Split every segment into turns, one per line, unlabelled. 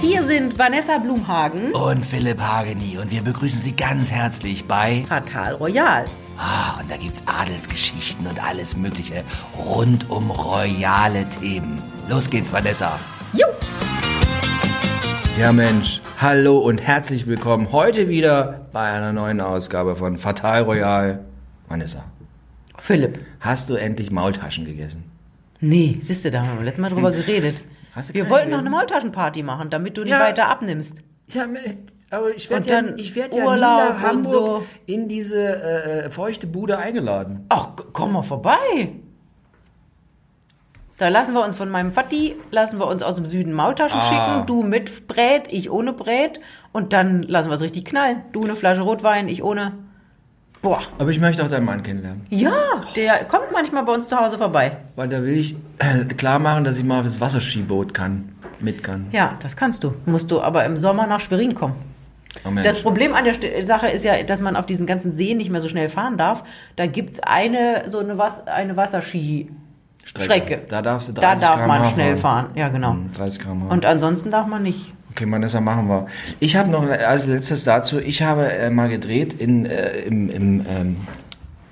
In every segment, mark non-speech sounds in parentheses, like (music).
Hier sind Vanessa Blumhagen,
Und Philipp Hageni und wir begrüßen Sie ganz herzlich bei.
Fatal Royal.
Ah, und da gibt's Adelsgeschichten und alles Mögliche rund um royale Themen. Los geht's, Vanessa.
Jo,
Ja, Mensch. Hallo und herzlich willkommen heute wieder bei einer neuen Ausgabe von Fatal Royal. Vanessa,
Philipp.
hast du endlich Maultaschen gegessen?
Nee, siehst du, da haben wir beim letzten Mal drüber geredet.
Hm. Hast du
Wir
keine
wollten noch
gewesen?
eine Maultaschenparty machen, damit du nicht
Ja.
weiter abnimmst.
Ja, me- aber ich
Und
werde ja,
dann
ich werd ja nie
Urlaub
nach
und
Hamburg
so.
in diese äh, äh, feuchte Bude eingeladen.
Ach, k- komm mal vorbei. Da lassen wir uns von meinem Vati, lassen wir uns aus dem Süden Maultaschen
Ah.
schicken. Du mit Brät, ich ohne Brät. Und dann lassen wir es richtig knallen. Du eine Flasche Rotwein, ich ohne. Boah.
Aber ich möchte auch deinen Mann kennenlernen. Oh.
Ja, der kommt manchmal bei uns zu Hause vorbei.
Weil da will ich äh, klar machen, dass ich mal auf das Wasserskiboot kann, mit kann.
Ja, das kannst du. Musst du aber im Sommer nach Schwerin kommen.
Oh Mensch.
Das Problem an der St- Sache ist ja, dass man auf diesen ganzen Seen nicht mehr so schnell fahren darf. Da gibt es eine, so eine, Was eine Wasserski-Strecke.
Da darfst du 30
Da darf man
km/h
schnell fahren. Ja, genau.
Hm, 30 km.
Und ansonsten darf man nicht.
Okay, Vanessa, machen wir. Ich habe noch als letztes dazu, ich habe äh, mal gedreht in, äh, im, im ähm,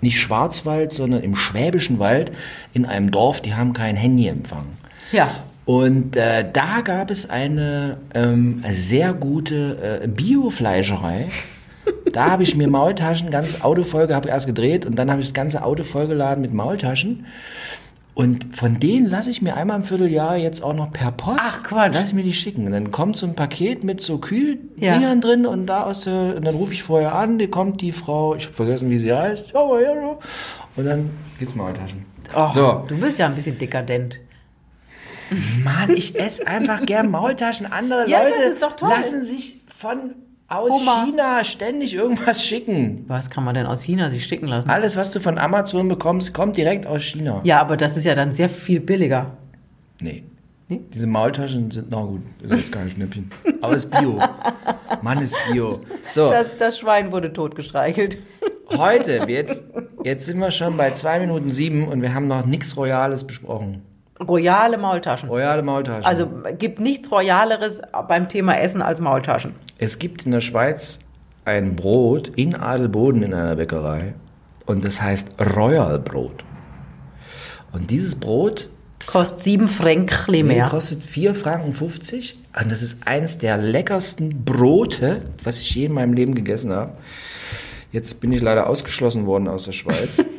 nicht Schwarzwald, sondern im Schwäbischen Wald in einem Dorf, die haben keinen Handyempfang.
Ja.
Und äh, da gab es eine ähm, sehr gute äh, Bio-Fleischerei. Da habe ich mir Maultaschen, ganz Auto voll, habe erst gedreht und dann habe ich das ganze Auto vollgeladen mit Maultaschen. Und von denen lasse ich mir einmal im Vierteljahr jetzt auch noch per Post.
Ach, Quatsch.
Lass ich mir die schicken. Und dann kommt so ein Paket mit so Kühldingern
Ja.
drin und da aus der, und dann rufe ich vorher an, die kommt die Frau, ich habe vergessen, wie sie heißt. Ja, ja, ja. Und dann gibt's Maultaschen.
Och,
So.
Du bist ja ein bisschen dekadent.
Mann, ich esse einfach gern Maultaschen. Andere
Ja, das
Leute
ist doch toll.
lassen sich von aus
Oma.
China ständig irgendwas schicken.
Was kann man denn aus China sich schicken lassen?
Alles, was du von Amazon bekommst, kommt direkt aus China.
Ja, aber das ist ja dann sehr viel billiger.
Nee.
Nee?
Diese Maultaschen sind, na gut, das ist jetzt kein Schnäppchen. Aber ist Bio. Mann, ist Bio. So,
Das, das Schwein wurde totgestreichelt.
heute, jetzt, jetzt sind wir schon bei 2 Minuten 7 und wir haben noch nichts Royales besprochen.
Royale Maultaschen.
Royale Maultaschen.
Also gibt nichts Royaleres beim Thema Essen als Maultaschen.
Es gibt in der Schweiz ein Brot in Adelboden in einer Bäckerei und das heißt Royal Brot. Und dieses Brot
Kostet sieben Fränkli mehr.
kostet 4,50 Franken und das ist eins der leckersten Brote, was ich je in meinem Leben gegessen habe. Jetzt bin ich leider ausgeschlossen worden aus der Schweiz.
(laughs)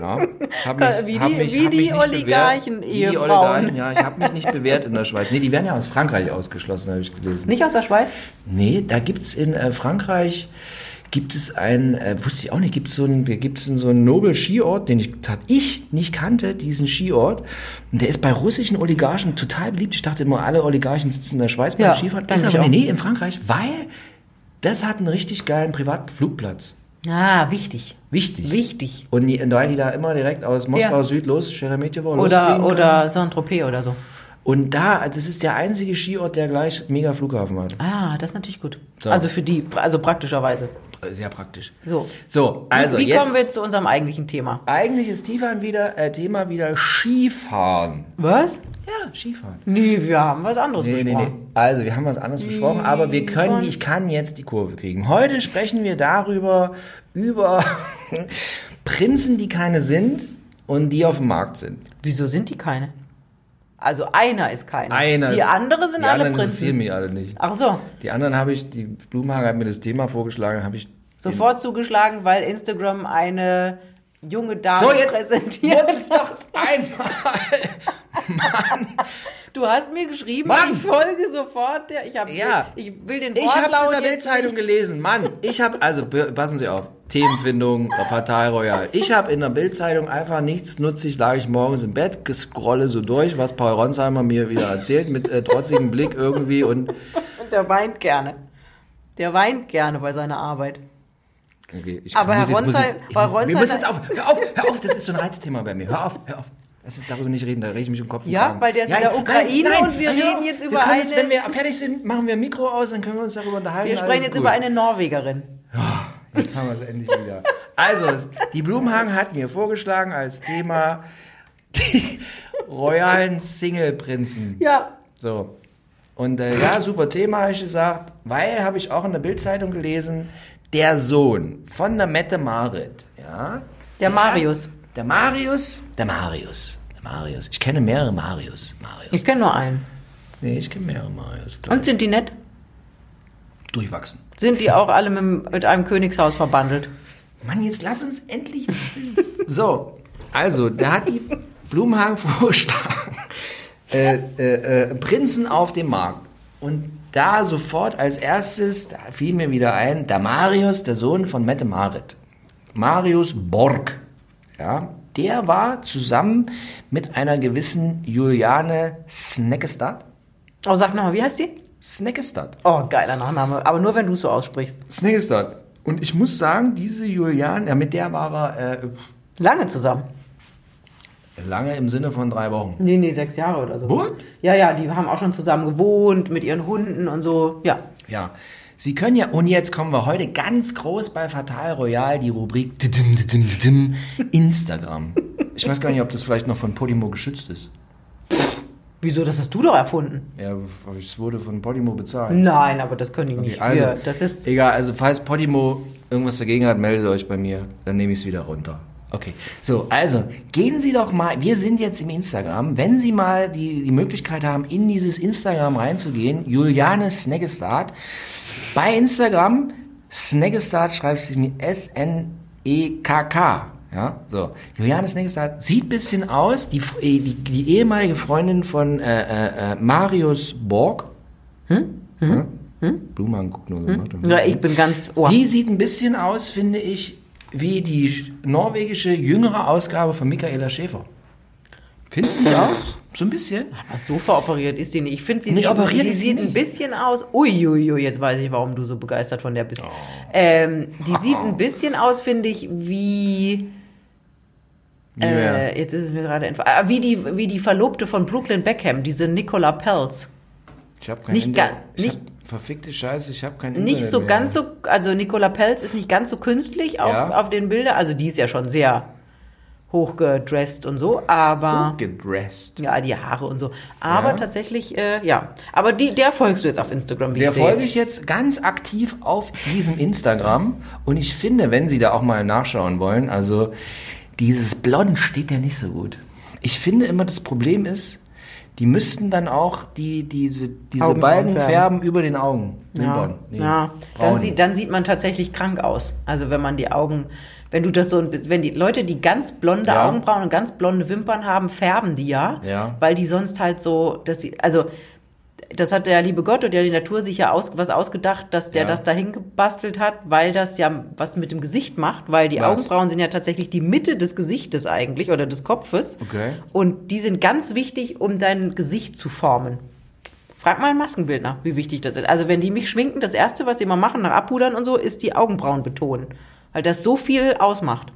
Ja, hab
Wie die-
hab
wie
hab
die
mich nicht
Oligarchen-
bewährt. Wie die
Ehefrauen.
Oligarchen, ja, ich habe mich nicht bewährt in der Schweiz. Nee, die werden ja aus Frankreich ausgeschlossen, habe ich gelesen.
Nicht aus der Schweiz?
Nee, da gibt's in äh, Frankreich, gibt es einen, äh, wusste ich auch nicht, gibt es so einen, gibt's so einen Nobel-Skiort, den ich, tat ich nicht kannte, diesen Skiort. Und der ist bei russischen Oligarchen total beliebt. Ich dachte immer, alle Oligarchen sitzen in der Schweiz beim
Ja,
Skifahren.
denke
Ist
ich
aber
auch.
nee, in Frankreich, weil das hat einen richtig geilen Privatflugplatz.
Ah, wichtig.
Wichtig.
Wichtig.
Und die, weil die da immer direkt aus Moskau
Ja.
Süd los, Sheremetyevo, losfliegen
Oder,
können.
oder Saint-Tropez oder so.
Und da, das ist der einzige Skiort, der gleich mega Flughafen hat.
Ah, das ist natürlich gut.
So.
Also für die, also praktischerweise.
Äh, Sehr praktisch.
So.
So, also
Wie
jetzt
kommen wir zu unserem eigentlichen Thema?
Eigentlich ist Tiefan wieder, äh, Thema wieder Skifahren.
Was?
Ja, Skifahren.
Nee, wir haben was anderes
Nee, nee, nee.
besprochen.
Also, wir haben was anderes besprochen, aber wir können, ich kann jetzt die Kurve kriegen. Heute sprechen wir darüber, über (laughs) Prinzen, die keine sind und die auf dem Markt sind.
Wieso sind die keine? Also einer ist keine.
Einer
die
ist-
andere sind
die
alle
anderen
Prinzen.
interessieren mich alle nicht.
Ach so,
Die anderen habe ich, die Blumenhagen hat mir das Thema vorgeschlagen, habe ich. Genau.
sofort zugeschlagen, weil Instagram eine junge Dame
So, jetzt
präsentiert.
muss es doch einmal.
Du hast mir geschrieben,
Mann!
ich folge sofort. Der, ich, hab,
Ja.
ich, ich will den
Ich hab's in
Wortlaut
der
jetzt
Bildzeitung gelesen, Mann. Ich hab, also be- passen Sie auf, Themenfindung, äh, Fatal Royal. Ich hab in der Bildzeitung einfach nichts nutzig, lag ich morgens im Bett, gescrolle so durch, was Paul Ronsheimer mir wieder erzählt, mit äh, trotzigem Blick irgendwie und
Und der weint gerne. Der weint gerne bei seiner Arbeit.
okay, ich
Aber Herr
jetzt-
Ronsheimer-
ich, ich,
Herr
wir müssen
Ronsheimer-
jetzt auf, hör auf, hör auf, das ist so ein Reizthema bei mir. Hör auf, hör auf. Lass uns darüber nicht reden, da rede ich mich im Kopf. und
Ja,
Kragen.
weil der ist in der Ukraine und wir
hör auf.
reden jetzt
also, wir
über
können Jetzt,
eine-
wenn wir fertig sind, machen wir ein Mikro aus, dann können wir uns darüber unterhalten.
Wir sprechen
alles
jetzt
gut.
über eine Norwegerin.
Jetzt haben wir es endlich wieder. Also, es- die Blumenhagen hat mir vorgeschlagen als Thema die royalen Single-Prinzen.
Ja.
So. Und äh, ja, super Thema, habe ich gesagt, weil habe ich auch in der Bildzeitung gelesen, der Sohn von der Mette Marit, ja,
Der Marius.
der Marius, der Marius, der Marius. Ich kenne mehrere Marius, Marius.
Ich kenne nur einen.
Nee, ich kenne mehrere Marius. glaub
Und sind die nett?
ich. Durchwachsen.
Sind die auch alle mit, mit einem Königshaus verbandelt?
Mann, jetzt lass uns endlich. (laughs) so, also, da hat die Blumenhagen vorgeschlagen. Äh, äh, äh, Prinzen auf dem Markt. Und da sofort als erstes, da fiel mir wieder ein, der Marius, der Sohn von Mette Marit. Marius Borg. Ja, der war zusammen mit einer gewissen Juliane Snackestad.
Oh, sag nochmal, wie heißt die?
Snackestad.
Oh, geiler Nachname. Aber nur, wenn du es so aussprichst.
Snackestad. Und ich muss sagen, diese Juliane, ja, mit der war er äh,
Lange zusammen.
Lange im Sinne von drei Wochen.
Nee, nee, sechs Jahre oder so.
What?
Ja, ja, die haben auch schon zusammen gewohnt mit ihren Hunden und so. Ja.
Ja. Sie können ja, und jetzt kommen wir heute ganz groß bei Fatal Royal, die Rubrik didim, didim, didim, Instagram. Ich weiß gar nicht, ob das vielleicht noch von Podimo geschützt ist.
Wieso, das hast du doch erfunden?
Ja, es wurde von Podimo bezahlt.
Nein, aber das können die nicht.
also,
Wir- das ist.
Egal, also falls Podimo irgendwas dagegen hat, meldet euch bei mir, dann nehme ich es wieder runter. Okay, so, also gehen Sie doch mal, wir sind jetzt im Instagram, wenn Sie mal die, die Möglichkeit haben, in dieses Instagram reinzugehen, Juliane Snaggestart, bei Instagram, Snaggestart schreibt sich mit S-N-E-K-K. Ja, so. Juliane Snaggestart sieht ein bisschen aus, die, die, die ehemalige Freundin von äh, äh, äh, Marius Borg,
Hm?
Blumen guckt nur so. warte mal.
Ja, ich bin ganz. Oh.
Die sieht ein bisschen aus, finde ich, wie die sch- norwegische jüngere Ausgabe von Michaela Schäfer. Findest du die auch? So ein bisschen?
Ach, so veroperiert ist die nicht. Ich finde, sie,
Nee,
sieht,
operiert
sie
ist sie
sieht ein
nicht.
bisschen aus. Uiuiui, jetzt weiß ich, warum du so begeistert von der bist.
Oh.
Ähm,
(laughs)
die sieht ein bisschen aus, finde ich, wie. Äh, jetzt ist es mir gerade entf- ah, wie die wie die Verlobte von Brooklyn Beckham, diese Nicola Pelz.
Ich habe kein
Nicht
Inter-
ga-
ich
nicht-
hab, verfickte Scheiße, ich habe kein
Nicht
Internet
so
mehr.
ganz so, also Nicola Pelz ist nicht ganz so künstlich auf,
Ja.
auf den Bildern. Also die ist ja schon sehr hochgedresst und so, aber
gedressed.
ja, die Haare und so. Aber
Ja.
tatsächlich, äh, ja. Aber die, der folgst du jetzt auf Instagram, wie
Der
ich sehe.
folge ich jetzt ganz aktiv auf diesem Instagram und ich finde, wenn Sie da auch mal nachschauen wollen, also dieses Blond steht ja nicht so gut. Ich finde immer, das Problem ist, die müssten dann auch die, diese, diese
Augenbrauen
Balken
färben.
färben über den Augen.
Ja,
Wimpern. Nee,
ja. Dann,
Brauen.
sieht, dann sieht man tatsächlich krank aus. Also wenn man die Augen, wenn du das so, ein bisschen- wenn die Leute, die ganz blonde
Ja.
Augenbrauen und ganz blonde Wimpern haben, färben die ja,
Ja.
weil die sonst halt so, dass sie, also das hat der liebe Gott und ja die Natur sich ja aus, was ausgedacht, dass der
Ja.
das dahin gebastelt hat, weil das ja was mit dem Gesicht macht, weil die
Was?
Augenbrauen sind ja tatsächlich die Mitte des Gesichtes eigentlich oder des Kopfes.
Okay.
Und die sind ganz wichtig, um dein Gesicht zu formen. Frag mal einen Maskenbildner, wie wichtig das ist. Also wenn die mich schminken, das Erste, was sie immer machen nach Abpudern und so, ist die Augenbrauen betonen. Weil das so viel ausmacht.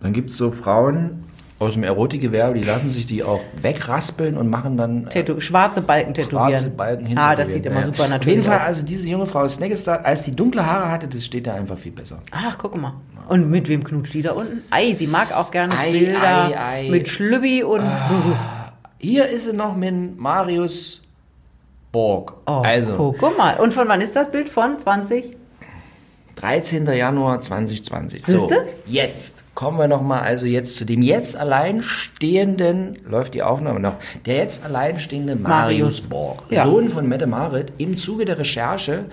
Dann gibt es so Frauen aus dem Erotikgewerbe, die lassen sich die auch wegraspeln und machen dann äh,
Tätow schwarze Balken tätowieren.
schwarze Balken hinter
Ah, das sieht immer super
Auf
natürlich
jeden Fall,
aus.
also diese junge Frau Snackestar, als die dunkle Haare hatte, das steht da einfach viel besser.
Ach, guck mal. Und mit wem knutscht die da unten? Ei, sie mag auch gerne
Ei,
Bilder
ei, Ah. ei.
mit Schlübbi und...
Hier ist sie noch mit Marius Borg.
Oh,
also,
guck mal. Und von wann ist das Bild? Von 20?
13. Januar 2020. So,
Siehste?
jetzt kommen wir nochmal, also jetzt zu dem jetzt alleinstehenden, läuft die Aufnahme noch, der jetzt alleinstehende
Marius.
Marius, Borg,
Ja.
Sohn von Mette Marit, im Zuge der Recherche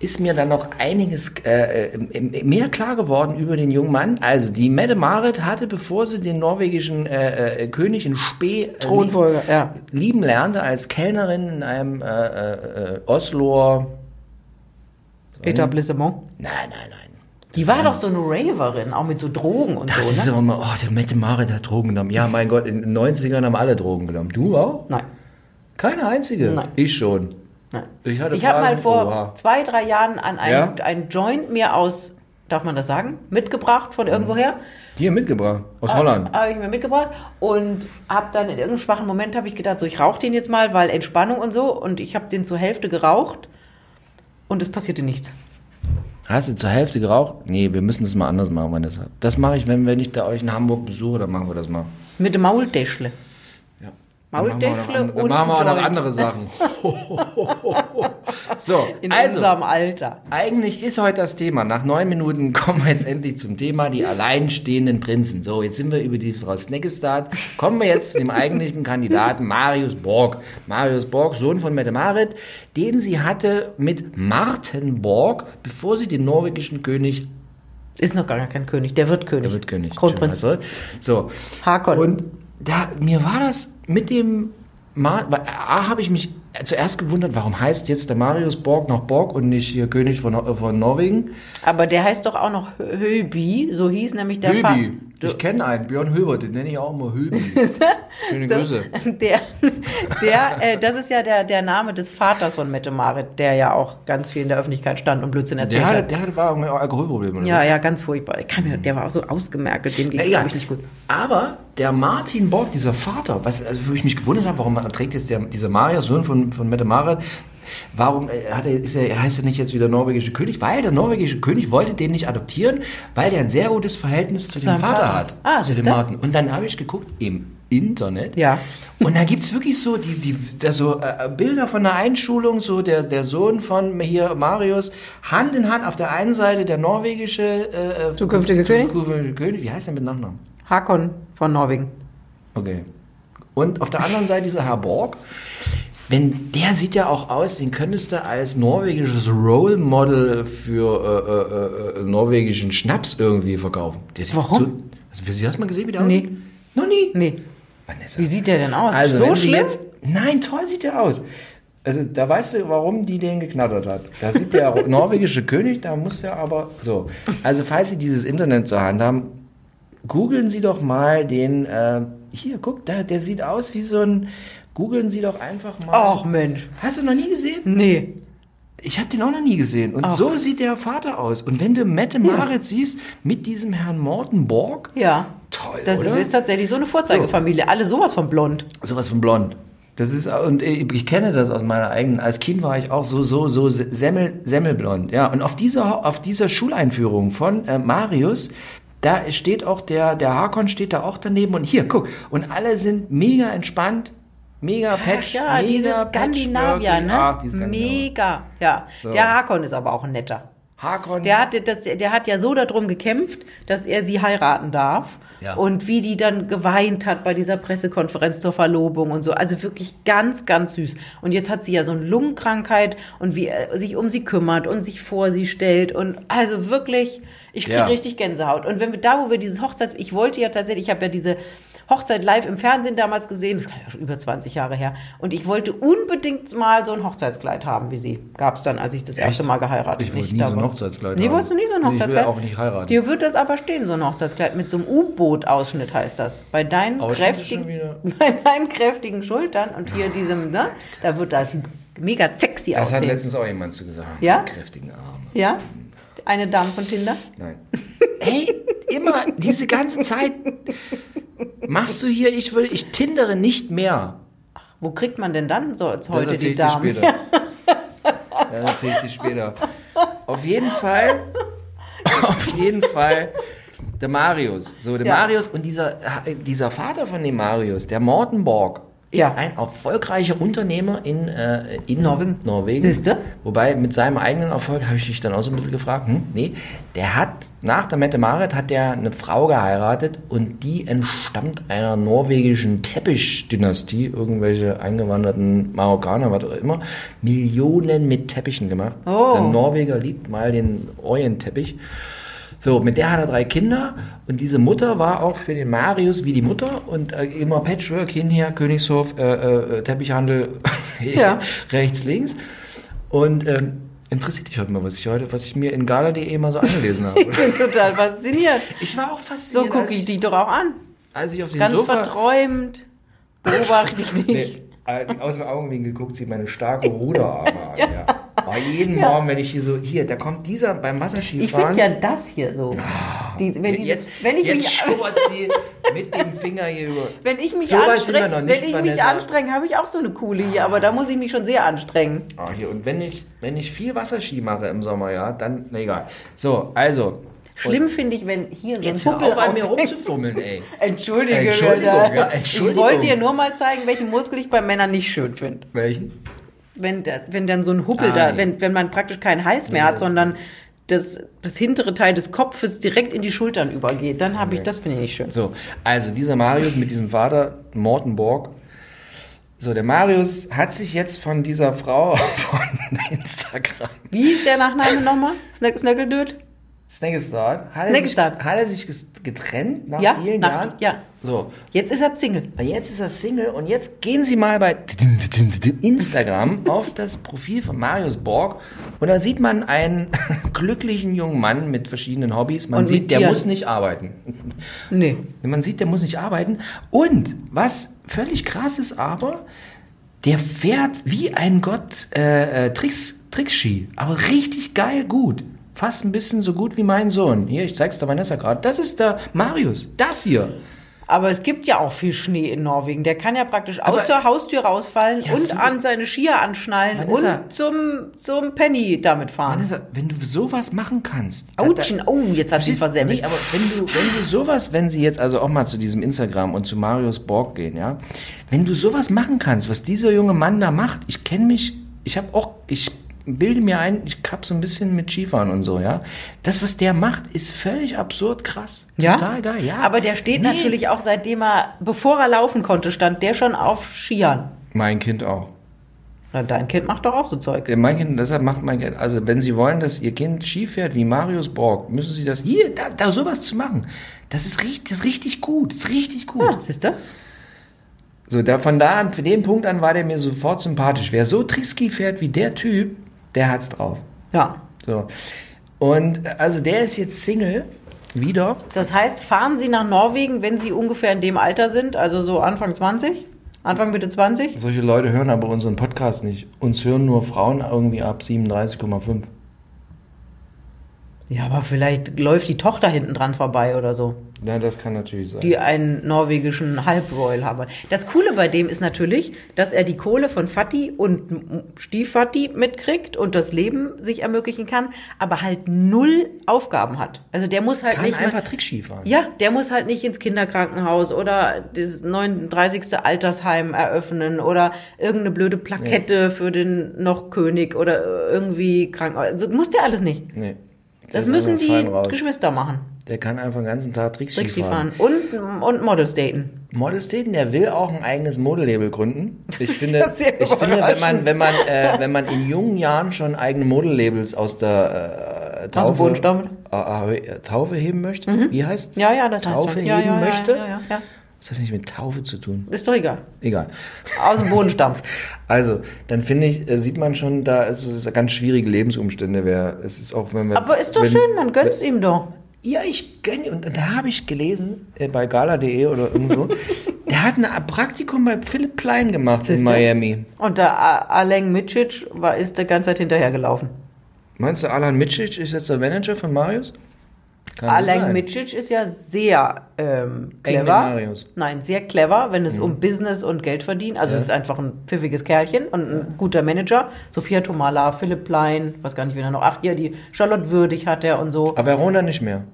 ist mir dann noch einiges äh, äh, mehr klar geworden über den jungen Mann. Also die Mette Marit hatte, bevor sie den norwegischen äh, äh, König in Spee äh,
Thronfolger, ja.
lieben lernte als Kellnerin in einem äh, äh, äh, Osloer.
Etablissement.
Nein, nein, nein.
Die war doch so eine Raverin, auch mit so Drogen und
Das
so,
ist
ne?
aber immer, oh, der Mette Marit hat Drogen genommen. Ja, mein Gott, in den 90ern haben alle Drogen genommen. Du auch?
Nein.
Keine einzige.
Nein.
Ich schon.
Nein.
Ich hatte
Ich habe mal
Phasen-
vor
Oha.
zwei, drei Jahren an einem,
Ja?
einen Joint mir aus, darf man das sagen, mitgebracht von irgendwoher.
Hier mitgebracht, aus Mhm.
Ah.
Holland.
Habe ich mir mitgebracht und habe dann in irgendeinem schwachen Moment habe ich gedacht, so ich rauche den jetzt mal, weil Entspannung und so. Und ich habe den zur Hälfte geraucht und es passierte nichts.
Hast du zur Hälfte geraucht? Nee, wir müssen das mal anders machen, Vanessa. Das mache ich, wenn, wenn ich da euch in Hamburg besuche, dann machen wir das mal.
Mit dem Maultäschle.
Ja.
Maultäschle
Dann
und
machen wir auch noch
Joint. (laughs)
andere Sachen. so,
In
also,
unserem Alter.
eigentlich ist heute das Thema. Nach neun Minuten (laughs) kommen wir jetzt endlich zum Thema, die alleinstehenden Prinzen. So, jetzt sind wir über die Frau Sneckestad. Kommen wir jetzt zu dem eigentlichen Kandidaten, Marius Borg. Marius Borg, Sohn von Mette Marit, den sie hatte mit Martin Borg, bevor sie den norwegischen König,
Ist noch gar kein König. Der wird König.
er wird König,
Kronprinz.
So,
Hakon.
und da, mir war das mit dem. Ma weil, A, habe ich mich zuerst gewundert, warum heißt jetzt der Marius Borg noch Borg und nicht hier König von, Nor- von Norwegen?
Aber der heißt doch auch noch Hö- Höbi. So hieß nämlich der
Höbi.
Fa-
Ich kenne einen, Björn Höber, den nenne ich auch immer Höbi. Schöne Grüße.
(laughs) Der, der, äh, das ist ja der, der Name des Vaters von Mette Marit, der ja auch ganz viel in der Öffentlichkeit stand und Blödsinn erzählt
Der hatte,
hat.
der hatte war irgendwie auch Alkoholprobleme. oder?
Ja, ja, ganz furchtbar. Ich kann mir, der war auch so ausgemerkelt, dem ging es,
Egal.
glaube ich, nicht gut.
Aber der Martin Borg, dieser Vater, was, also wo ich mich gewundert habe, warum trägt jetzt der, dieser Marius, Sohn von, von Mette Marit, warum äh, hat er, ist er, heißt er nicht jetzt wieder norwegische König? Weil der norwegische König wollte den nicht adoptieren, weil der ein sehr gutes Verhältnis zu dem
seinem
Vater,
Vater.
hat.
Ah,
zu dem
siehste.
Martin. Und dann habe ich geguckt im Internet.
Ja.
Und da gibt es wirklich so, die, die, da so äh, Bilder von der Einschulung, so der, der Sohn von hier Marius, Hand in Hand auf der einen Seite der norwegische äh, äh,
Zukünftige König?
Zukünftige König, wie heißt der mit Nachnamen?
Hakon von Norwegen.
Okay. Und auf der anderen Seite dieser Herr Borg, wenn der sieht ja auch aus, den könntest du als norwegisches Role Model für äh, äh, äh, norwegischen Schnaps irgendwie verkaufen. Der sieht
Warum?
So, also, hast du das mal gesehen, wie der
Nee.
aussieht? Noch nie?
Nee.
Vanessa.
Wie sieht der denn aus?
Also,
so
wenn sie
schlimm?
jetzt. Nein, toll sieht der aus. Also, da weißt du, warum die den geknattert hat. Da sieht
(laughs)
der norwegische König, da muss der aber. So. Also, falls Sie dieses Internet zur Hand haben, googeln Sie doch mal den. Äh, hier, guck, da, der sieht aus wie so ein. Googeln Sie doch einfach mal.
Ach Mensch.
Hast du noch nie gesehen?
Nee.
Ich habe den auch noch nie gesehen. Und
Ach.
so sieht der Vater aus. Und wenn du Mette Marit siehst mit diesem Herrn Morten Borg,
Ja.
toll,
Das
oder?
ist tatsächlich so eine Vorzeigefamilie. Alle sowas von blond.
Sowas von blond. Das ist, und ich ich kenne das aus meiner eigenen. Als Kind war ich auch so, so, so semmel, semmelblond. Ja, und auf dieser, auf dieser Schuleinführung von äh, Marius, da steht auch der, der Harkon steht da auch daneben. Und hier, guck. Und alle sind mega entspannt. Mega Patch.
ja,
mega
diese Skandinavier,
Patchwork-
ne?
Ach, die Skandinavier.
Mega. Ja. Der Hakon ist aber auch ein netter.
Harkon.
Der hat, das, der hat ja so darum gekämpft, dass er sie heiraten darf.
Ja.
Und wie die dann geweint hat bei dieser Pressekonferenz zur Verlobung und so. Also wirklich ganz, ganz süß. Und jetzt hat sie ja so eine Lungenkrankheit und wie er sich um sie kümmert und sich vor sie stellt. Und also wirklich, ich kriege
Ja.
richtig Gänsehaut. Und wenn wir da, wo wir dieses Hochzeits... Ich wollte ja tatsächlich, ich habe ja diese Hochzeit live im Fernsehen damals gesehen. Das ist ja schon über 20 Jahre her. Und ich wollte unbedingt mal so ein Hochzeitskleid haben wie sie. Gab es dann, als ich das erste Mal geheiratet
Ich wollte
nicht,
nie so ein
aber-
Hochzeitskleid
Nee,
haben.
wolltest du nie so ein
Nee, ich will
Hochzeitskleid?
auch nicht heiraten.
Dir wird das aber stehen, so ein Hochzeitskleid. Mit so einem U-Boot-Ausschnitt heißt das. Bei deinen,
Ausschnitt ist
kräftigen,
schon wieder-
(laughs) bei deinen kräftigen Schultern und hier diesem, ne? Da wird das mega sexy
das hat
aussehen.
letztens auch jemand zu gesagt.
Ja?
Mit Kräftigen Armen.
Ja? Eine Dame von Tinder? (laughs)
Nein. Hey, immer diese ganze Zeit machst du hier, ich würde, ich tindere nicht mehr.
Wo kriegt man denn dann so als
Das
heute
erzähl
die
ich dir
Damen? (laughs)
später. Das erzähl ich dir später. Auf jeden Fall,
(laughs)
auf jeden Fall, der Marius. So, der
Ja.
Marius und dieser, dieser Vater von dem Marius, der Morten Borg, ist
Ja.
ein erfolgreicher Unternehmer in, äh, in Norwegen. Norwegen.
Siehste?
Wobei, mit seinem eigenen Erfolg habe ich mich dann auch so ein bisschen gefragt, hm, nee, der hat, nach der Mette Marit hat der eine Frau geheiratet und die entstammt einer norwegischen Teppichdynastie, irgendwelche eingewanderten Marokkaner, was auch immer, Millionen mit Teppichen gemacht.
Oh.
Der Norweger liebt mal den Orientteppich. So, mit der hat er drei Kinder und diese Mutter war auch für den Marius wie die Mutter und äh, immer Patchwork hinher, Königshof, äh, äh, Teppichhandel, (laughs)
Ja.
rechts, links. Und ähm, interessiert dich heute mal, was ich heute, was ich mir in gala.de mal so angelesen habe.
Ich bin total fasziniert.
(laughs) Ich war auch
So
fasziniert, als,
gucke ich dich doch auch an.
als ich auf den
Ganz
Sofa...
verträumt beobachte
(laughs)
ich dich.
Nee, äh, aus dem Augenwinkel guckt sie meine starke Ruderarme an. Ja. Aber jeden Morgen, wenn ich hier so, hier, da kommt dieser beim Wasserskifahren.
Ich finde ja das hier so. Die, wenn, die,
Ah, jetzt
wenn ich
jetzt
mich
schlummert sie mit dem Finger hier über.
(laughs) Wenn ich mich
So weit sind wir
anstrenge,
noch
wenn
nicht,
ich mich
Vanessa.
anstrenge, habe ich auch so eine coole hier, aber da muss ich mich schon sehr anstrengen.
Ah, hier. Und wenn ich, wenn ich viel Wasserski mache im Sommer, ja, dann, na egal. So, also,
Schlimm finde ich, wenn hier so ein
Jetzt hör auf, an mir
aufhängt. (laughs)
rumzufummeln, ey.
Entschuldige,
Entschuldigung,
bitte.
ja, Entschuldigung.
Ich wollte dir nur mal zeigen, welchen Muskel ich bei Männern nicht schön finde.
Welchen?
Wenn, da- wenn dann so ein Huppel
Ah,
da,
nee.
wenn, wenn man praktisch keinen Hals mehr
Nee,
hat,
das-
sondern das, das hintere Teil des Kopfes direkt in die Schultern übergeht, dann habe ich, das finde ich nicht schön.
So, also dieser Marius mit diesem Vater, Morten Borg. So, der Marius hat sich jetzt von dieser Frau (laughs) von Instagram
Wie ist der Nachname nochmal? Snack, Snöckeldöd?
Snaggestart, hat, er sich-
Snaggestart.
hat er sich ges- getrennt nach
Ja,
vielen
nach-
Jahren.
ja.
So,
Jetzt ist er Single.
Und Jetzt ist er Single und jetzt gehen Sie mal bei Instagram auf das Profil von Marius Borg und da sieht man einen (laughs) glücklichen jungen Mann mit verschiedenen Hobbys. Man
Und mit
sieht, der
Tieren.
muss nicht arbeiten.
Nee.
Man sieht, der muss nicht arbeiten. Und was völlig krass ist aber, der fährt wie ein Gott äh, äh, Tricks, Trickski, aber richtig geil gut. Fast ein bisschen so gut wie mein Sohn. Hier, ich zeig's der Vanessa gerade. Das ist der Marius. Das hier.
Aber es gibt ja auch viel Schnee in Norwegen. Der kann ja praktisch
Aber-
aus der Haustür rausfallen
Ja,
und
so-
an seine Skier anschnallen
Vanessa.
und zum, zum Penny damit fahren.
Vanessa, wenn du sowas machen kannst. da- da-
Autschen, oh, jetzt hat sie ihn versemmelt.
Nee, aber wenn du, wenn du sowas, wenn sie jetzt also auch mal zu diesem Instagram und zu Marius Borg gehen, ja, wenn du sowas machen kannst, was dieser junge Mann da macht, ich kenne mich, ich habe auch, ich bilde mir ein, ich hab so ein bisschen mit Skifahren und so, ja. Das, was der macht, ist völlig absurd krass.
Ja?
Total geil, ja.
Aber der steht
Nee.
natürlich auch, seitdem er, bevor er laufen konnte, stand der schon auf Skiern.
Mein Kind auch.
Na, dein Kind macht doch auch so Zeug.
Mein Kind, deshalb macht mein Kind, also wenn Sie wollen, dass Ihr Kind Ski fährt wie Marius Borg, müssen Sie das, hier, da, da sowas zu machen, das ist richtig, das ist richtig gut, das ist richtig gut.
Ja, siehst du?
So, da, von da an, von dem Punkt an war der mir sofort sympathisch. Wer so Trickski fährt wie der Typ, der hat's drauf.
Ja.
So. Und äh, also der ist jetzt Single, wieder.
Das heißt, fahren Sie nach Norwegen, wenn Sie ungefähr in dem Alter sind, also so Anfang 20? Anfang Mitte 20?
Solche Leute hören aber unseren Podcast nicht. Uns hören nur Frauen irgendwie ab 37,5.
Ja, aber vielleicht läuft die Tochter hinten dran vorbei oder so.
Ja, das kann natürlich sein.
die einen norwegischen Halbroyal haben. Das Coole bei dem ist natürlich, dass er die Kohle von Fatih und Stieffati mitkriegt und das Leben sich ermöglichen kann, aber halt null Aufgaben hat. Also der muss halt
kann
nicht
einfach
mal,
Trickski fahren.
ja, der muss halt nicht ins Kinderkrankenhaus oder das 39. Altersheim eröffnen oder irgendeine blöde Plakette für den noch König oder irgendwie krank. Also muss der alles nicht.
Nee. Der
Das
ist
müssen
einfach
die
fein raus.
Geschwister machen.
Der kann einfach den ganzen Tag Trickski,
Richtig
fahren.
fahren. Und, und Models daten.
Models daten, der will auch ein eigenes Modelabel gründen.
(laughs)
Ich finde,
ja sehr
ich finde wenn man,
überraschend.
wenn man, äh, wenn man in jungen Jahren schon eigene Modellabels aus der äh,
Aus dem
Taufe,
Boden stammelt.
äh, äh, Taufe heben möchte, wie heißt
Ja, ja, das heißt
Taufe
schon.
heben
Ja, ja, ja,
möchte.
Ja, ja, ja.
Das hat nicht mit Taufe zu tun.
Ist doch egal.
Egal.
Aus dem Boden (laughs) stampft.
Also, dann finde ich, äh, sieht man schon, da ist es ist ganz schwierige Lebensumstände. Wer, es ist auch, wenn wir,
Aber ist doch
wenn,
schön, man gönnt's ihm doch.
Ja, ich gönne. Und da habe ich gelesen, äh, bei gala.de
(laughs)
oder irgendwo, der hat ein Praktikum bei Philipp Plein gemacht in
Siehst du?
Miami.
Und der A- Aleng Micic war, ist der ganze Zeit hinterhergelaufen.
Meinst du, Alan Micic ist jetzt der Manager von Marius? Kann
Aleng
sein.
Micic ist ja sehr ähm,
Eng mit
clever.
Marius.
Nein, sehr clever, wenn es um Business und Geld verdienen. Also
Ja.
ist einfach ein pfiffiges Kerlchen und ein guter Manager. Sophia Tomala, Philipp Plein, weiß gar nicht, wen er noch. Ach ja, die Charlotte Würdig hat er und so.
Aber Verona nicht mehr.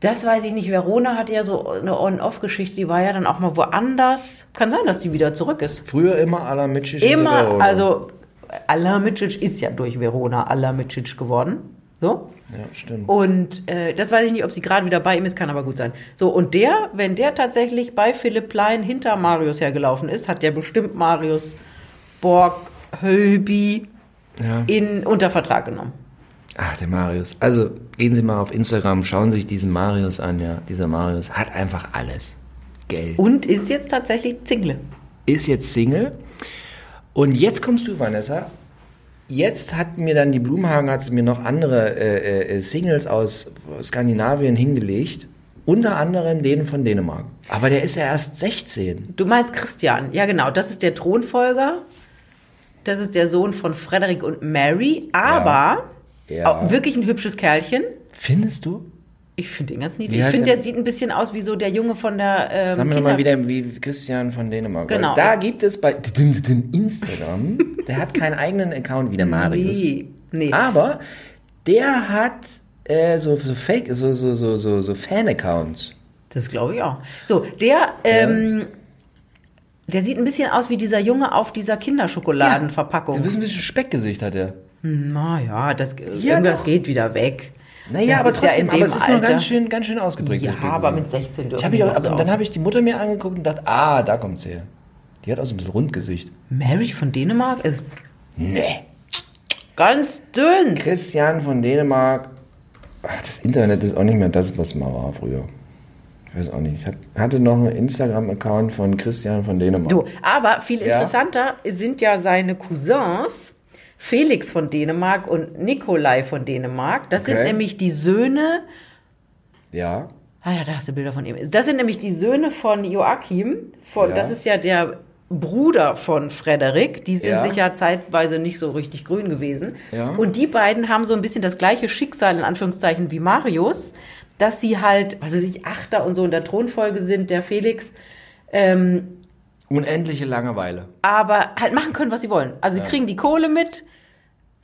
Das weiß ich nicht. Verona hat ja so eine On-Off-Geschichte, die war ja dann auch mal woanders. Kann sein, dass die wieder zurück ist.
Früher immer Alan Micic. und
Immer,
Verona.
also Alamicic ist ja durch Verona Alamicic geworden. So.
Ja, stimmt.
Und äh, das weiß ich nicht, ob sie gerade wieder bei ihm ist, kann aber gut sein. So, und der, wenn der tatsächlich bei Philipp Plein hinter Marius hergelaufen ist, hat der bestimmt Marius Borg Hölby
Ja.
in unter Vertrag genommen.
Ach, der Marius. Also, gehen Sie mal auf Instagram, schauen Sie sich diesen Marius an, ja. Dieser Marius hat einfach alles. Geld.
Und ist jetzt tatsächlich Zingle.
Ist jetzt Single. Und jetzt kommst du, Vanessa. Jetzt hat mir dann die Blumhagen hat sie mir noch andere äh, äh, Singles aus Skandinavien hingelegt. Unter anderem den von Dänemark. Aber der ist ja erst 16.
Du meinst Christian, ja genau, das ist der Thronfolger. Das ist der Sohn von Frederik und Mary, aber
Ja.
auch wirklich ein hübsches Kerlchen.
Findest du?
Ich finde ihn ganz
Wie
niedlich. Ich
heißt
finde,
er?
der sieht ein bisschen aus wie so der Junge von der ähm,
Sagen wir
Kinder-
nochmal wieder wie Christian von Dänemark.
Genau.
Da gibt es bei Instagram, Ah. der hat keinen eigenen Account wie der Marius.
Nee, nee.
Aber der hat äh, so, so Fake, so, so, so, so, so Fan-Accounts.
Das glaube ich auch. So, der, ähm, der sieht ein bisschen aus wie dieser Junge auf dieser
So
Kinderschokoladenverpackung. Hm,
ein bisschen, ein bisschen Speckgesicht hat er.
Na ja, das, äh, irgendwas
doch.
geht wieder weg.
Naja,
Das
aber
ist ja
trotzdem,
in
aber
dem
es ist noch
Alter.
ganz schön, ganz schön ausgeprägt.
Ja,
das Speckgesicht.
aber mit 16 dürfen
Ich hab mich
die
auch,
noch so
aber dann
aus-
habe ich die Mutter mir angeguckt und dachte, ah, da kommt's her. Die hat auch so ein bisschen Rundgesicht.
Mary von Dänemark ist
Nee.
ganz dünn.
Christian von Dänemark. Ach, das Internet ist auch nicht mehr das, was mal war früher. Ich weiß auch nicht. Ich hab- hatte noch einen Instagram-Account von Christian von Dänemark.
So, aber viel
Ja.
interessanter sind ja seine Cousins. Felix von Dänemark und Nikolai von Dänemark. Das sind
Okay.
nämlich die Söhne
Ja.
Ah ja, da hast du Bilder von ihm. Das sind nämlich die Söhne von Joachim. Von,
Ja.
Das ist ja der Bruder von Frederik. Die sind
Ja.
sich ja zeitweise nicht so richtig grün gewesen.
Ja.
Und die beiden haben so ein bisschen das gleiche Schicksal in Anführungszeichen wie Marius, dass sie halt, was weiß ich, Achter und so in der Thronfolge sind, der Felix. Ähm,
Unendliche Langeweile.
aber halt machen können, was sie wollen. Also sie kriegen die Kohle mit,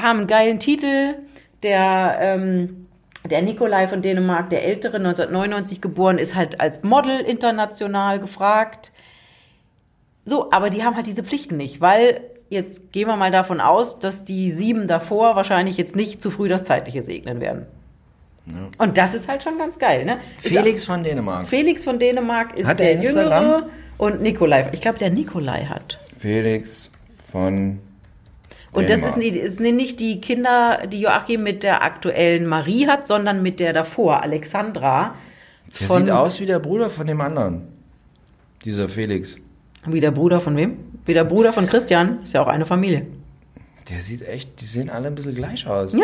haben einen geilen Titel. Der, ähm, der Nikolai von Dänemark, der Ältere, 1999 geboren, ist halt als Model international gefragt. So, aber die haben halt diese Pflichten nicht, weil jetzt gehen wir mal davon aus, dass die sieben davor wahrscheinlich jetzt nicht zu früh das Zeitliche segnen werden. Und das ist halt schon ganz geil, ne?
Felix von Dänemark.
Felix von Dänemark ist
Hat der
der
Instagram?
Jüngere und Nikolai. Ich glaube, der Nikolai hat.
Felix von
Und das ist,
Dänemark.
nicht- ist nicht die Kinder, die Joachim mit der aktuellen Marie hat, sondern mit der davor, Alexandra.
Der sieht aus wie der Bruder von dem anderen. Dieser Felix.
Wie der Bruder von wem? Wie der Bruder von Christian. Ist ja auch eine Familie.
Der sieht echt, die sehen alle ein bisschen gleich aus.
Ja,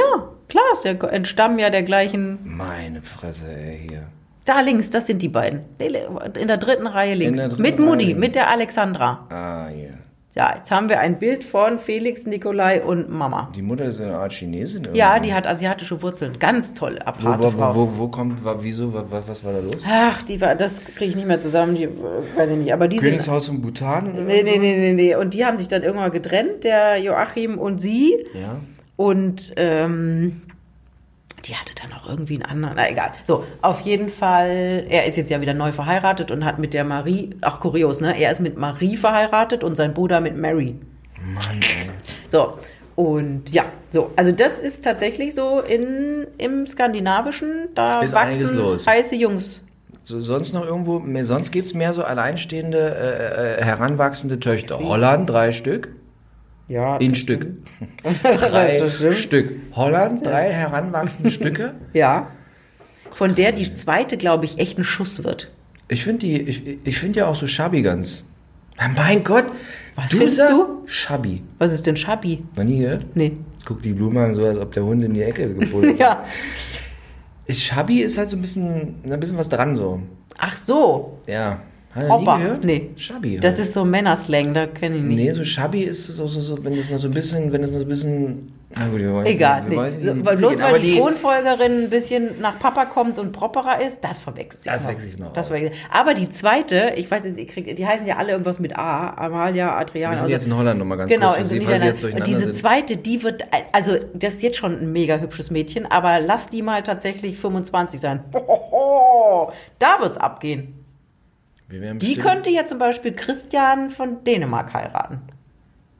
klar, ist ja, entstammen ja der gleichen.
Meine Fresse, ey, hier.
Da links, das sind die beiden. In der dritten Reihe links.
der dritten
mit Mutti,
Reihe links.
mit der Alexandra.
Ah, hier.
Ja, jetzt haben wir ein Bild von Felix, Nikolai und Mama.
Die Mutter ist eine Art Chinesin.
Ja,
irgendwie.
die hat asiatische Wurzeln. Ganz toll,
Wo,
aparte
wo,
Frau.
wo, wo, wo kommt, wa- wieso, wa- wa- was war da los?
Ach, die war, das kriege ich nicht mehr zusammen, die, äh, weiß ich nicht. Aber die sind
Königshaus von Bhutan oder
Nee, nee, nee, nee, nee. Und die haben sich dann irgendwann getrennt, der Joachim und sie.
so? Ja.
Und ähm, die hatte dann auch irgendwie einen anderen. Na egal. So, auf jeden Fall, er ist jetzt ja wieder neu verheiratet und hat mit der Marie, ach kurios, ne? Er ist mit Marie verheiratet und sein Bruder mit Mary.
Mann, ey.
So. Und ja, so, also das ist tatsächlich so in, im Skandinavischen, da
Ist einiges
wachsen
los.
heiße Jungs.
So, sonst noch irgendwo, mehr, sonst gibt es mehr so alleinstehende, äh, äh, heranwachsende Töchter. Holland, drei Stück.
Ja.
In Stück.
(laughs) Das
Drei
ist schlimm.
Stück. Holland, drei
(laughs)
heranwachsende Stücke.
Ja. Von der die zweite, glaube ich, echt ein Schuss wird.
Ich finde die, ich, ich finde ja auch so Shabby ganz. Mein Gott,
Was findest du?
Shabby.
Was ist denn Schabi?
Noch nie gehört?
Nee. (laughs)
Jetzt guckt die Blume an, so als ob der Hund in die Ecke gebuddelt
Ja.
ist. Shabby ist halt so ein bisschen, ein bisschen was dran so.
Ach so.
Ja. Hast du
Hopper.
nie gehört?
Nee.
Shabby.
Das
halt.
ist so Männerslang, da kenne ich nicht.
Nee, so Shabby ist so, so, so, wenn das noch so ein bisschen, wenn das noch so ein bisschen. Na gut, wir wollen jetzt
Egal.
wir
Nicht.
wollen jetzt in die
So, weil
Tiefe
bloß
gehen, aber
weil die Thronfolgerin ein bisschen nach Papa kommt und properer ist, das verwechselt sich.
Das
noch.
wechselt sich noch
Das
aus.
verwechselt- Aber die zweite, ich weiß nicht, ihr kriegt, die heißen ja alle irgendwas mit A, Amalia, Adriana.
Wir sind
also-
jetzt in Holland nochmal ganz
Genau,
kurz,
in
für
so
Sie, falls Sie jetzt
Niederlanden. Und
durcheinander
diese
sind.
zweite, die wird, also das ist jetzt schon ein mega hübsches Mädchen, aber lass die mal tatsächlich 25 sein. (laughs) Hohoho, da wird's abgehen.
Wir werden
Die
bestimmt-
könnte ja zum Beispiel Christian von Dänemark heiraten.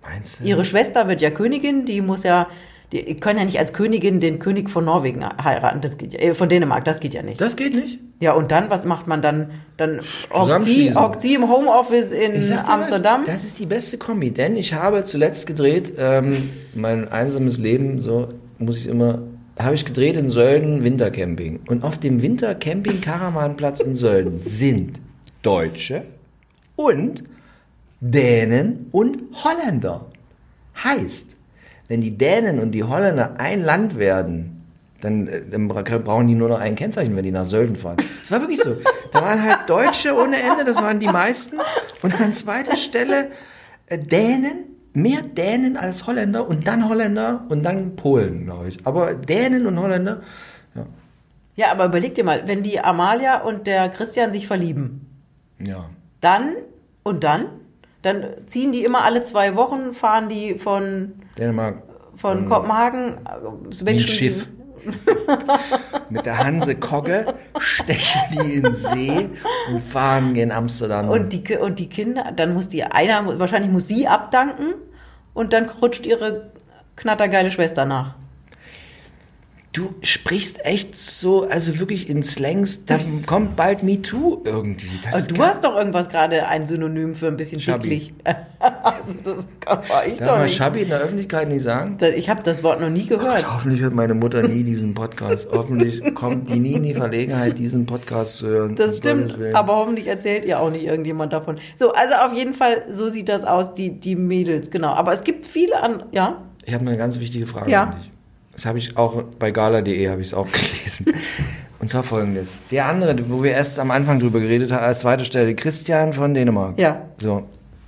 Meinst du?
Ihre Schwester wird ja Königin, die muss ja, die können ja nicht als Königin den König von Norwegen heiraten, das geht ja, äh, von Dänemark, das geht ja nicht.
Das geht nicht.
Ja, und dann, was macht man dann? Dann hockt sie,
Zusammenschließen.
hockt sie im Homeoffice in
Ich sag dir
Amsterdam.
Was, das ist die beste Kombi, denn ich habe zuletzt gedreht, ähm, mein einsames Leben, so muss ich immer, habe ich gedreht in Sölden Wintercamping. Und auf dem Wintercamping Karawanplatz in Sölden sind Deutsche und Dänen und Holländer. Heißt, wenn die Dänen und die Holländer ein Land werden, dann, äh, dann bra- brauchen die nur noch ein Kennzeichen, wenn die nach Sölden fahren. Das war wirklich so. Da waren halt Deutsche ohne Ende, das waren die meisten. Und an zweiter Stelle äh, Dänen, mehr Dänen als Holländer und dann Holländer und dann Polen, glaube ich. Aber Dänen und Holländer,
Ja, aber überleg dir mal, wenn die Amalia und der Christian sich verlieben,
ja.
dann und dann, dann ziehen die immer alle zwei Wochen, fahren die von,
Dänemark,
von Kopenhagen, äh,
ein
Menschen-
Schiff. (laughs) Mit der Hanse-Kogge stechen die in den See und fahren in Amsterdam.
Und die, Ki- und die Kinder, dann muss die einer, wahrscheinlich muss sie abdanken und dann rutscht ihre knattergeile Schwester nach.
du sprichst echt so, also wirklich in Slangs, da kommt bald MeToo irgendwie. Das
Aber Ah, du
kann-
hast doch irgendwas gerade ein Synonym für ein bisschen
Schabbi.
schicklich. (laughs) also das kann war ich
Darf
doch
man
nicht. Oh
Schabi in der Öffentlichkeit nicht sagen?
Da- Ich habe das Wort noch nie gehört.
Hoffentlich hört meine Mutter nie diesen Podcast. Hoffentlich kommt die nie in die Verlegenheit, diesen Podcast zu hören.
Das
Um
stimmt,
Gottes Willen.
aber hoffentlich erzählt ihr auch nicht irgendjemand davon. So, also auf jeden Fall, so sieht das aus, die, die Mädels, genau. Aber es gibt viele an, ja,
Ich habe mal eine ganz wichtige Frage
Ja.
an dich. Das habe ich auch bei gala.de habe ich es auch (laughs) gelesen. Und zwar folgendes. Der andere, wo wir erst am Anfang drüber geredet haben, als zweite Stelle, Christian von Dänemark.
Ja.
So,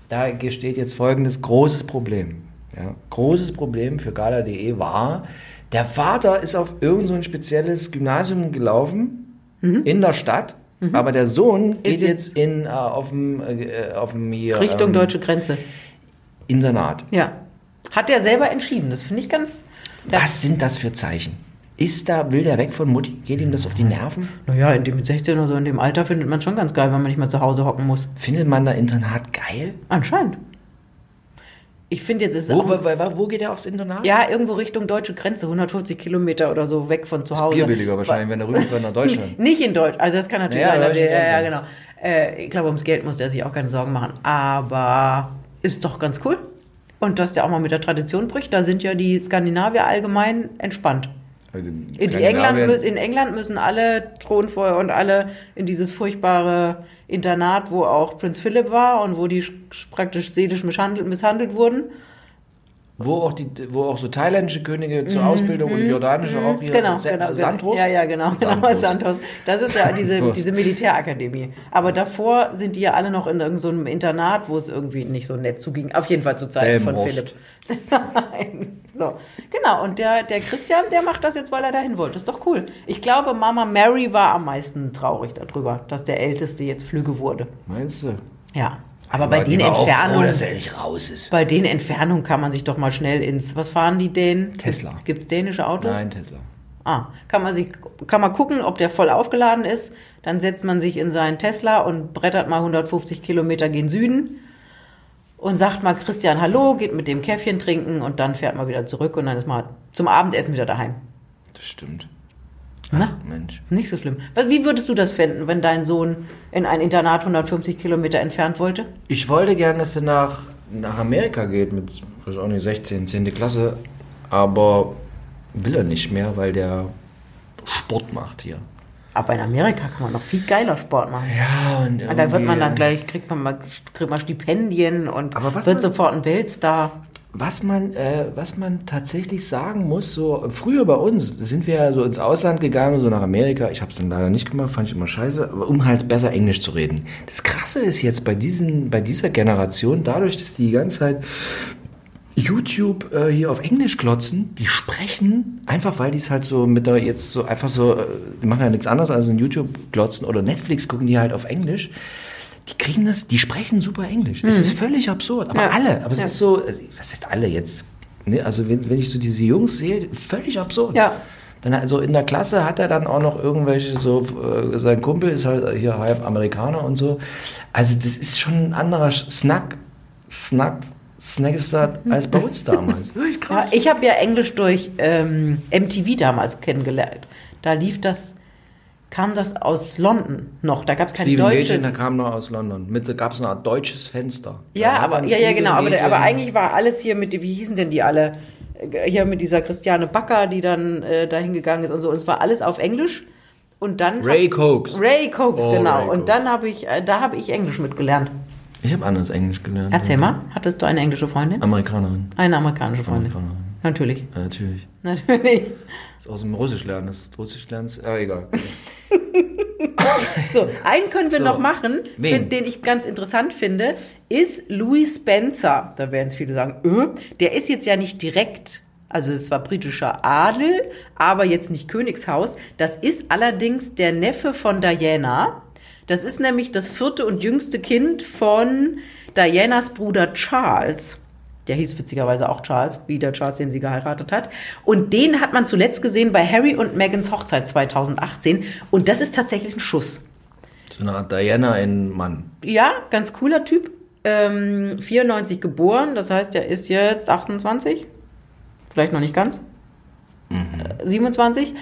da steht jetzt folgendes großes Problem. Ja, großes Problem für gala.de war, der Vater ist auf irgendein so ein spezielles Gymnasium gelaufen in der Stadt, aber der Sohn geht
Mhm. jetzt-
jetzt, in, äh, auf dem äh, auf dem hier
Richtung
ähm,
deutsche Grenze.
Internat.
Ja. Hat der selber entschieden, das finde ich ganz.
Was sind das für Zeichen? Ist da, will der weg von Mutti? Geht ihm das auf die Nerven?
Naja, in dem mit 16 oder so, in dem Alter findet man schon ganz geil, wenn man nicht mehr zu Hause hocken muss.
Findet man da Internat geil?
Anscheinend. Ich finde jetzt ist es
Wo,
auch,
wo, wo, wo geht er aufs Internat?
ja irgendwo Richtung deutsche Grenze, 150 Kilometer oder so weg von zu
Ist
Hause.
Bier billiger wahrscheinlich, wenn er rüberfährt nach (laughs) Deutschland.
Nicht in Deutsch. Also das kann natürlich
Ja,
sein, dass
deutsche
er, ja, ja,
Grenze.
genau. Äh, ich glaube, ums Geld muss der sich auch keine Sorgen machen. Aber ist doch ganz cool. Und dass der auch mal mit der Tradition bricht, da sind ja die Skandinavier allgemein entspannt.
Also,
In, die England, mü- in England müssen alle Thronfeuer und alle in dieses furchtbare Internat, wo auch Prinz Philipp war und wo die sch- praktisch seelisch misshandelt, misshandelt wurden.
wo, auch die, wo auch so thailändische Könige zur Ausbildung und jordanische auch hier.
Genau,
Sa-
genau.
Sandhurst?
Ja, ja, genau. genau
Sandhurst.
Sandhurst. Das ist
(laughs)
ja diese,
Sandhurst.
diese Militärakademie. Aber davor sind die ja alle noch in irgendeinem so einem Internat, wo es irgendwie nicht so nett zuging. Auf jeden Fall zu Zeiten von
Delmenhorst.
Philipp. (laughs) Nein. So. Genau, und der, der Christian, der macht das jetzt, weil er dahin wollte. Ist doch cool. Ich glaube, Mama Mary war am meisten traurig darüber, dass der Älteste jetzt Flügge wurde.
Meinst du?
Ja. Aber bei
die
den
war auch froh,
Entfernungen.
dass er nicht raus ist.
Bei den Entfernungen kann man sich doch mal schnell ins. Was fahren die Dänen?
Tesla.
Gibt es dänische Autos?
Nein, Tesla.
Ah, kann man, sich, kann man gucken, ob der voll aufgeladen ist. Dann setzt man sich in seinen Tesla und brettert mal 150 Kilometer gen Süden und sagt mal Christian Hallo, geht mit dem Käffchen trinken und dann fährt man wieder zurück und dann ist man zum Abendessen wieder daheim.
Das stimmt.
Na?
Mensch.
Nicht so schlimm. Weil Wie würdest du das finden, wenn dein Sohn in ein Internat 150 Kilometer entfernt wollte?
Ich wollte gern, dass er nach, nach Amerika geht mit, weiß auch nicht, 16, 10. Klasse, aber will er nicht mehr, weil der Sport macht hier.
Aber in Amerika kann man noch viel geiler Sport machen.
Ja, und,
Und da wird man dann
irgendwie,
gleich, kriegt man mal, kriegt man Stipendien und
Aber was
wird
man-
sofort ein Weltstar.
Was man, äh, was man tatsächlich sagen muss, so früher bei uns sind wir ja so ins Ausland gegangen, so nach Amerika. Ich habe es dann leider nicht gemacht, fand ich immer scheiße, aber um halt besser Englisch zu reden. Das Krasse ist jetzt bei, diesen, bei dieser Generation, dadurch, dass die die ganze Zeit YouTube äh, hier auf Englisch klotzen, die sprechen einfach, weil die es halt so mit der jetzt so einfach so, äh, die machen ja nichts anderes als in YouTube klotzen oder Netflix gucken die halt auf Englisch. Die kriegen das, die sprechen super Englisch. Es ist völlig absurd, aber
Mhm. Ja.
alle, aber es
Ja.
ist so, also, was heißt alle jetzt? Ne? Also wenn, wenn ich so diese Jungs sehe, völlig absurd.
Ja.
Dann also in der Klasse hat er dann auch noch irgendwelche so, äh, sein Kumpel ist halt hier halb Amerikaner und so. Also das ist schon ein anderer Sch- Snack, Snack, Snackestart
Mhm.
als
(laughs)
bei uns damals. Wirklich
Ja, Ah, ich habe ja Englisch durch ähm, MTV damals kennengelernt. Da lief das, kam das aus London noch. Da gab es kein
Steven Gätchen,
deutsches.
der kam noch aus London. Mit gab es eine Art deutsches Fenster.
ja,
Da hat
aber,
dann
ja, ja,
Steven
genau. Aber, der-
Gätchen-
aber eigentlich war alles hier mit, wie hießen denn die alle? Äh, Hier mit dieser Christiane Backer, die dann äh, dahin gegangen ist und so. Und es war alles auf Englisch. Und dann.
Ray Cokes.
Ray Cokes,
Oh,
genau.
Ray
und
Cokes.
dann habe ich, äh, da habe ich Englisch mitgelernt.
Ich habe anderes Englisch gelernt.
Erzähl mal, hattest du eine englische Freundin?
Amerikanerin.
Eine amerikanische Freundin.
Amerikanerin.
Natürlich, (laughs)
Ja, natürlich.
natürlich.
Ist aus dem Russisch lernen. Das Russisch lernen ist, ja, egal.
So, einen können wir
So.
noch machen,
Wen?
find- den ich ganz interessant finde, ist Louis Spencer. Da werden es viele sagen, äh, der ist jetzt ja nicht direkt, also es war britischer Adel, aber jetzt nicht Königshaus. Das ist allerdings der Neffe von Diana. Das ist nämlich das vierte und jüngste Kind von Dianas Bruder Charles. Der hieß witzigerweise auch Charles, wie der Charles, den sie geheiratet hat. Und den hat man zuletzt gesehen bei Harry und Megans Hochzeit 2018. Und das ist tatsächlich ein Schuss.
So eine Art Diana, ein Mann.
Ja, ganz cooler Typ. Ähm, 94 geboren, das heißt, er ist jetzt 28. Vielleicht noch nicht ganz. Äh, 27.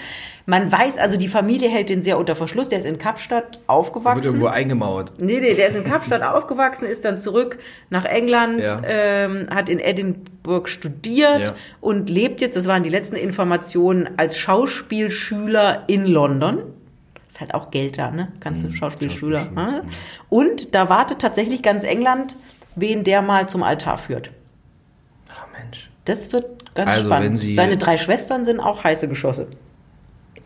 Man weiß also, die Familie hält den sehr unter Verschluss. Der ist in Kapstadt
Wird irgendwo
aufgewachsen.
eingemauert.
Nee, nee, der ist in Kapstadt aufgewachsen, ist dann zurück nach England,
Ja.
ähm, hat in Edinburgh studiert
Ja.
und lebt jetzt, das waren die letzten Informationen, als Schauspielschüler in London. Ist halt auch Geld da, ne? Kannst
Mhm.
du Schauspielschüler. ne? Und da wartet tatsächlich ganz England, wen der mal zum Altar führt.
Ach Ah, Mensch.
Das wird ganz
Also,
spannend.
wenn sie-
Seine drei Schwestern sind auch heiße Geschosse.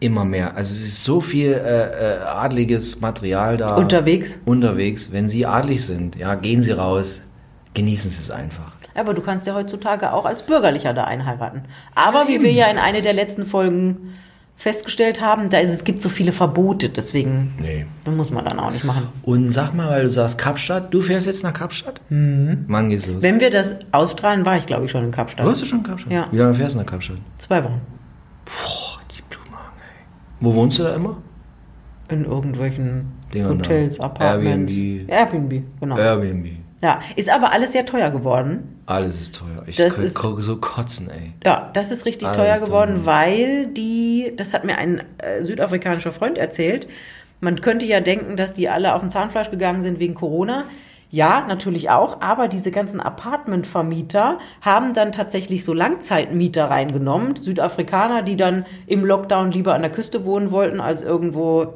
Immer mehr. Also es ist so viel äh, äh, adliges Material da.
Unterwegs.
Unterwegs. Wenn Sie adlig sind, ja, gehen Sie raus. Genießen Sie es einfach.
Aber du kannst ja heutzutage auch als Bürgerlicher da einheiraten. Aber wie wir ja in einer der letzten Folgen festgestellt haben, da ist, es gibt so viele Verbote, deswegen
Nee.
muss man dann auch nicht machen.
Und sag mal, weil du sagst Kapstadt, du fährst jetzt nach Kapstadt?
Mhm.
Wann geht's los?
Wenn wir das ausstrahlen, war ich glaube ich schon in Kapstadt.
Warst du schon in Kapstadt?
Ja.
Wie lange fährst du nach Kapstadt?
Zwei Wochen.
Boah, die Blumenhagen, ey. Wo wohnst du da immer?
In irgendwelchen
Dingern da.
Hotels, Apartments.
Airbnb.
Airbnb, genau.
Airbnb.
ja, ist aber alles sehr teuer geworden.
Alles ist teuer. Ich
Das
könnte
ist-
ko- so kotzen, ey.
Ja, das ist richtig
Alles
teuer
teuer.
geworden, weil die, das hat mir ein äh, südafrikanischer Freund erzählt, man könnte ja denken, dass die alle auf den Zahnfleisch gegangen sind wegen Corona. Ja, natürlich auch, aber diese ganzen Apartmentvermieter haben dann tatsächlich so Langzeitmieter reingenommen, Südafrikaner, die dann im Lockdown lieber an der Küste wohnen wollten als irgendwo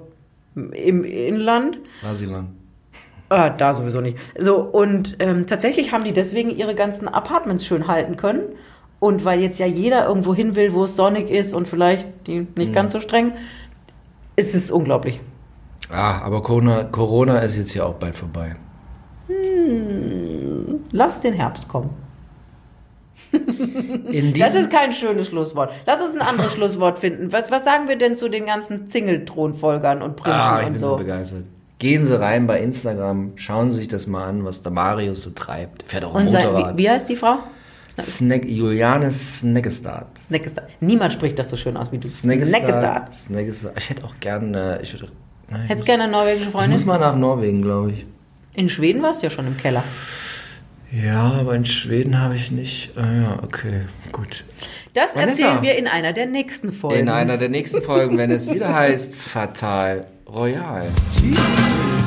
im Inland.
Rasiland.
Ah, da sowieso nicht. So, und ähm, tatsächlich haben die deswegen ihre ganzen Apartments schön halten können. Und weil jetzt ja jeder irgendwo hin will, wo es sonnig ist und vielleicht die
Mhm.
nicht ganz so streng, ist es unglaublich.
Ah, aber Corona, Corona ist jetzt ja auch bald vorbei.
Lass den Herbst kommen.
In
Das
diesem-
ist kein schönes Schlusswort. Lass uns ein anderes Schlusswort finden. Was, was sagen wir denn zu den ganzen Zingelthronfolgern und Prinzen
ah, ich
und
bin
so?
so begeistert. Gehen Sie rein bei Instagram, schauen Sie sich das mal an, was der Marius so treibt. Fährt auch ein
und sein,
Motorrad.
wie, wie heißt die Frau?
Snack, Juliane Snackestart.
Snackestar. Niemand spricht das so schön aus wie du.
Snackestart.
Snackestart.
Snackestart. Ich hätte auch gerne, ich würde, nein, ich
Hättest
muss-
gerne eine norwegische
Ich muss
Freundin?
mal nach Norwegen, glaube ich.
In Schweden warst du ja schon im Keller.
Ja, aber in Schweden habe ich nicht. Ah ja, okay, gut.
Das
Vanessa.
erzählen wir in einer der nächsten Folgen.
In einer der nächsten Folgen, wenn es wieder heißt Fatal Royal. Tschüss.